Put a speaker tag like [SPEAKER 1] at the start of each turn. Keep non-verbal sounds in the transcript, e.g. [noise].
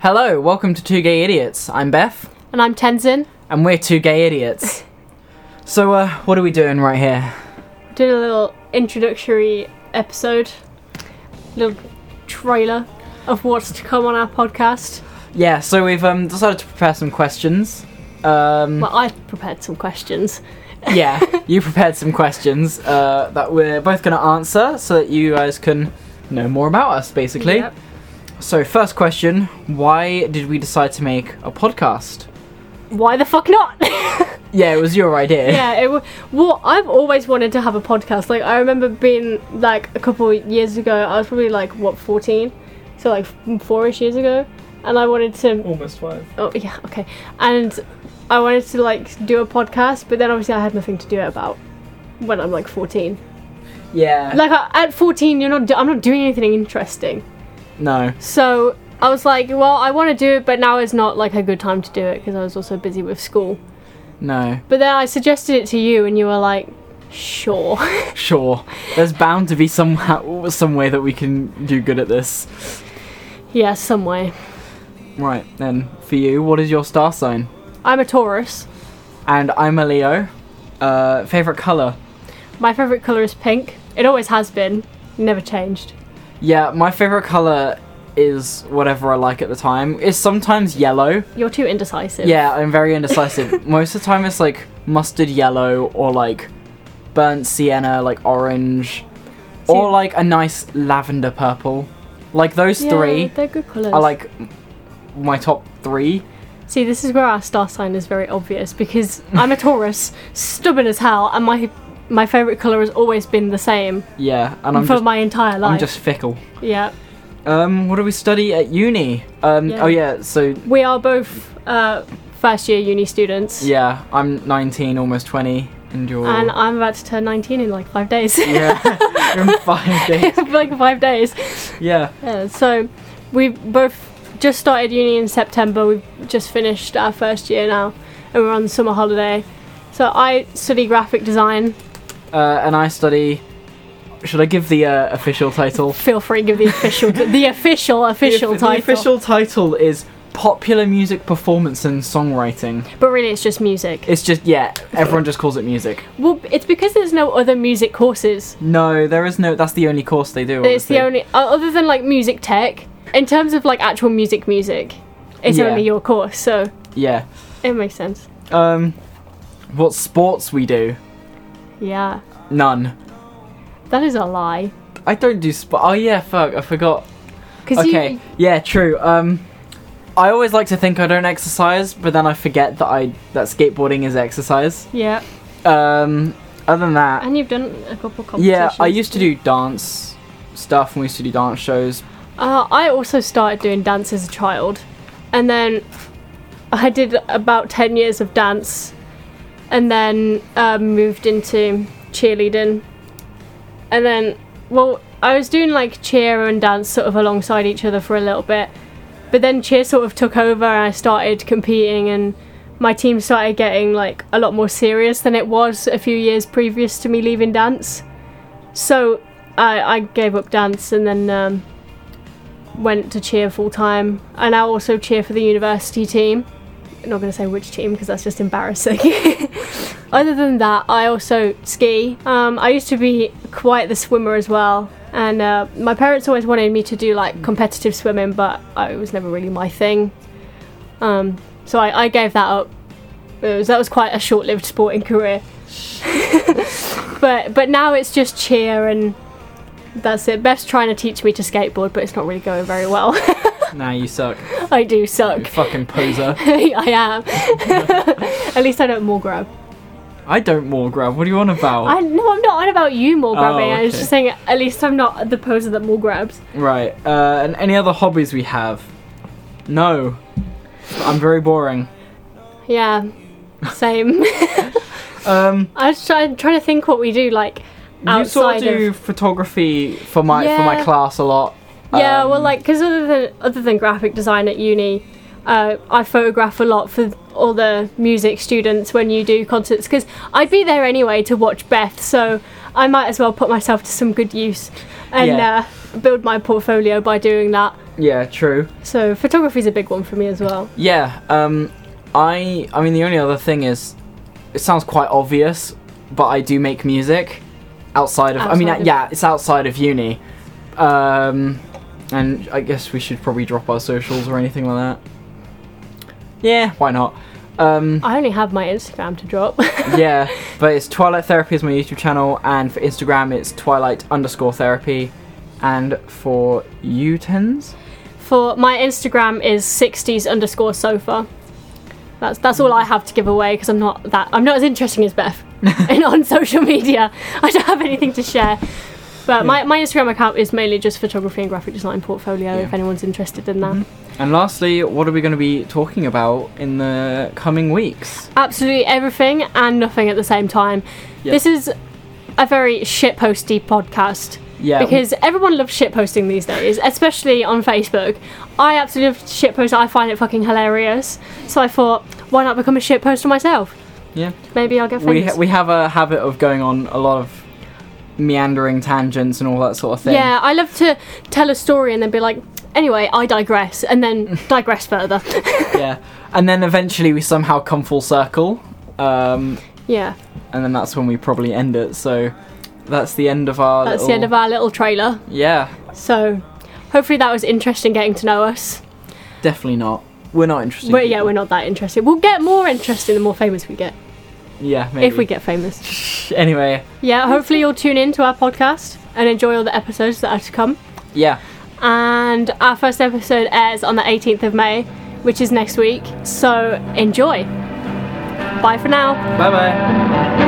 [SPEAKER 1] Hello, welcome to Two Gay Idiots. I'm Beth,
[SPEAKER 2] And I'm Tenzin.
[SPEAKER 1] and we're Two Gay Idiots. so, uh, what are we doing right here?
[SPEAKER 2] Did a little introductory episode, little trailer of what's to come on our podcast.
[SPEAKER 1] Yeah, so we've um, decided to prepare some questions. Um,
[SPEAKER 2] Well, I've prepared some questions.
[SPEAKER 1] yeah, you prepared some questions uh, that we're both going to answer so that you guys can know more about us, basically.
[SPEAKER 2] Yep.
[SPEAKER 1] So, first question Why did we decide to make a podcast?
[SPEAKER 2] Why the fuck not? [laughs]
[SPEAKER 1] Yeah, it was your idea.
[SPEAKER 2] yeah, it w- well, I've always wanted to have a podcast. Like, I remember being like a couple years ago, I was probably like, what, 14? So, like, four ish years ago. And I wanted to
[SPEAKER 1] Almost five.
[SPEAKER 2] Oh yeah, okay. And I wanted to like do a podcast, but then obviously I had nothing to do it about when I'm like 14.
[SPEAKER 1] Yeah.
[SPEAKER 2] Like I, at 14, you're not. Do- I'm not doing anything interesting.
[SPEAKER 1] no.
[SPEAKER 2] So I was like, well, I want to do it, but now is not like a good time to do it because I was also busy with school.
[SPEAKER 1] No.
[SPEAKER 2] But then I suggested it to you, and you were like, sure. [laughs]
[SPEAKER 1] Sure. There's bound to be some [laughs] ha- some way that we can do good at this.
[SPEAKER 2] yeah, some way.
[SPEAKER 1] Right then, for you, what is your star sign?
[SPEAKER 2] I'm a Taurus.
[SPEAKER 1] And I'm a Leo. Uh, favorite color?
[SPEAKER 2] My favorite color is pink. It always has been. Never changed.
[SPEAKER 1] Yeah, my favorite color is whatever I like at the time. It's sometimes yellow.
[SPEAKER 2] You're too indecisive.
[SPEAKER 1] Yeah, I'm very indecisive. [laughs] Most of the time, it's like mustard yellow or like burnt sienna, like orange, or
[SPEAKER 2] See-
[SPEAKER 1] like a nice lavender purple. Like those
[SPEAKER 2] Yeah,
[SPEAKER 1] three
[SPEAKER 2] They're good colors.
[SPEAKER 1] are like m- my top three.
[SPEAKER 2] See, this is where our star sign is very
[SPEAKER 1] [laughs]
[SPEAKER 2] obvious because I'm a Taurus, stubborn as hell, and my my favorite color has always been the same
[SPEAKER 1] Yeah, and I'm
[SPEAKER 2] for
[SPEAKER 1] just
[SPEAKER 2] my entire life.
[SPEAKER 1] I'm just fickle.
[SPEAKER 2] Yeah,
[SPEAKER 1] Um, what do we study at uni? Um,
[SPEAKER 2] Yeah.
[SPEAKER 1] oh yeah, so
[SPEAKER 2] we are both uh, first year uni students,
[SPEAKER 1] yeah, I'm 19, almost 20, and you're
[SPEAKER 2] and I'm about to turn 19 in like five
[SPEAKER 1] [laughs]
[SPEAKER 2] days.
[SPEAKER 1] yeah, you're in five days.
[SPEAKER 2] [laughs] like five days.
[SPEAKER 1] Yeah,
[SPEAKER 2] Yeah, so we both just started uni in September. We've just finished our first year now, and we're on summer holiday. So I study graphic design.
[SPEAKER 1] uh, and I study. Should I give the uh, official title?
[SPEAKER 2] Feel free to
[SPEAKER 1] [laughs]
[SPEAKER 2] give the official, the official, official
[SPEAKER 1] the,
[SPEAKER 2] title.
[SPEAKER 1] The official title is popular music performance and songwriting.
[SPEAKER 2] But really, it's just music.
[SPEAKER 1] It's just yeah, everyone just calls it music.
[SPEAKER 2] Well, it's because there's no other music courses.
[SPEAKER 1] No, there is no. That's the only course they do.
[SPEAKER 2] It's the
[SPEAKER 1] honestly.
[SPEAKER 2] only, o- other than like music tech, in terms of like actual music, music, it's
[SPEAKER 1] Yeah.
[SPEAKER 2] only your course, so
[SPEAKER 1] Yeah.
[SPEAKER 2] it makes sense.
[SPEAKER 1] Um, what sports we do?
[SPEAKER 2] Yeah,
[SPEAKER 1] None.
[SPEAKER 2] that is a lie.
[SPEAKER 1] I don't do sport. Oh yeah, fuck, I forgot.
[SPEAKER 2] Because
[SPEAKER 1] Okay,
[SPEAKER 2] you,
[SPEAKER 1] yeah, true. Um, I always like to think I don't exercise, but then I forget that I that skateboarding is exercise.
[SPEAKER 2] yeah,
[SPEAKER 1] Um, other than that,
[SPEAKER 2] and you've done a couple competitions.
[SPEAKER 1] yeah, I used to do dance stuff, and we used to do dance shows. [laughs]
[SPEAKER 2] Uh, I also started doing dance as a child, and then I did about ten years of dance, and then uh, moved into cheerleading, and then well, I was doing like cheer and dance sort of alongside each other for a little bit, but then cheer sort of took over, and I started competing, and my team started getting like a lot more serious than it was a few years previous to me leaving dance, so I, I gave up dance, and then. Um, went to cheer full time. I now also cheer for the university team. I'm not going to say which team because that's just embarrassing. [laughs] Other than that, I also ski. Um, I used to be quite the swimmer as well. And uh, my parents always wanted me to do like competitive swimming, but uh, it was never really my thing. Um, so I, I gave that up. It was, that was quite a short lived sporting career. [laughs] but but now it's just cheer and that's it. Beth's trying to teach me to skateboard, but it's not really going very well. [laughs]
[SPEAKER 1] Nah, you suck.
[SPEAKER 2] I do
[SPEAKER 1] You
[SPEAKER 2] suck.
[SPEAKER 1] fucking
[SPEAKER 2] [laughs]
[SPEAKER 1] poser.
[SPEAKER 2] I
[SPEAKER 1] [laughs]
[SPEAKER 2] am. At least I don't more grab.
[SPEAKER 1] I don't more grab. What do you on about?
[SPEAKER 2] I no, I'm not on about you more
[SPEAKER 1] Oh,
[SPEAKER 2] grabbing. I was
[SPEAKER 1] okay.
[SPEAKER 2] just saying. At least I'm not the poser that more grabs.
[SPEAKER 1] Right. Uh, and any other hobbies we have? No. I'm very boring. [laughs]
[SPEAKER 2] Yeah, same. [laughs]
[SPEAKER 1] Um,
[SPEAKER 2] I was trying, trying to think what we do like
[SPEAKER 1] you sort of
[SPEAKER 2] outside
[SPEAKER 1] do photography for my for my
[SPEAKER 2] Yeah.
[SPEAKER 1] class a lot.
[SPEAKER 2] Yeah, well,
[SPEAKER 1] Um,
[SPEAKER 2] like because other than other than graphic design at uni, uh, I photograph a lot for all the music students when you do concerts because I'd be there anyway to watch Beth, so I might as well put myself to some good use and
[SPEAKER 1] Yeah.
[SPEAKER 2] uh, build my portfolio by doing that.
[SPEAKER 1] Yeah, true.
[SPEAKER 2] So photography's a big one for me as well.
[SPEAKER 1] Yeah, um, I I mean the only other thing is, it sounds quite obvious, but I do make music outside of. I mean,
[SPEAKER 2] Outside of-
[SPEAKER 1] yeah, it's outside of uni, um, and I guess we should probably drop our socials or anything like that. Yeah, why not? Um,
[SPEAKER 2] I only have my Instagram to drop. [laughs]
[SPEAKER 1] yeah, but it's Twilight Therapy is my YouTube channel, and for Instagram it's Twilight underscore Therapy, and for Utens.
[SPEAKER 2] for my Instagram is 60s underscore sofa. That's that's all I have to give away because I'm not that I'm not as interesting as
[SPEAKER 1] [laughs]
[SPEAKER 2] Beth in on social media. I don't have anything to share. But my, my Instagram account is mainly just photography and graphic design portfolio
[SPEAKER 1] Yeah. Mm-hmm.
[SPEAKER 2] if anyone's interested in that.
[SPEAKER 1] And lastly, what are we going to be talking about in the coming weeks?
[SPEAKER 2] Absolutely everything and nothing at the same time.
[SPEAKER 1] Yeah.
[SPEAKER 2] This is a very shitposty podcast.
[SPEAKER 1] Yeah,
[SPEAKER 2] because everyone loves shitposting these days, especially on Facebook. I absolutely love shitpost. I find it fucking hilarious. So I thought, why not become a shitposter myself?
[SPEAKER 1] yeah,
[SPEAKER 2] Maybe I'll get
[SPEAKER 1] we
[SPEAKER 2] famous.
[SPEAKER 1] ha- we have a habit of going on a lot of meandering tangents and all that sort of thing.
[SPEAKER 2] yeah, I love to tell a story and then be like, anyway, I digress,
[SPEAKER 1] [laughs]
[SPEAKER 2] and then digress further.
[SPEAKER 1] [laughs] yeah. And then eventually we somehow come full circle, um,
[SPEAKER 2] yeah,
[SPEAKER 1] and then that's when we probably end it. So that's the end of our.
[SPEAKER 2] that's
[SPEAKER 1] little-
[SPEAKER 2] the end of our little trailer.
[SPEAKER 1] Yeah,
[SPEAKER 2] So hopefully that was interesting getting to know us.
[SPEAKER 1] definitely not. We're not interested.
[SPEAKER 2] But yeah, we're not that interested. We'll get more interesting the more famous we get,
[SPEAKER 1] Yeah, maybe.
[SPEAKER 2] if we get famous.
[SPEAKER 1] Anyway,
[SPEAKER 2] Yeah, hopefully you'll tune in to our podcast and enjoy all the episodes that are to come.
[SPEAKER 1] yeah,
[SPEAKER 2] and our first episode airs on the 18th of May, which is next week. So enjoy. Bye for now.
[SPEAKER 1] bye bye.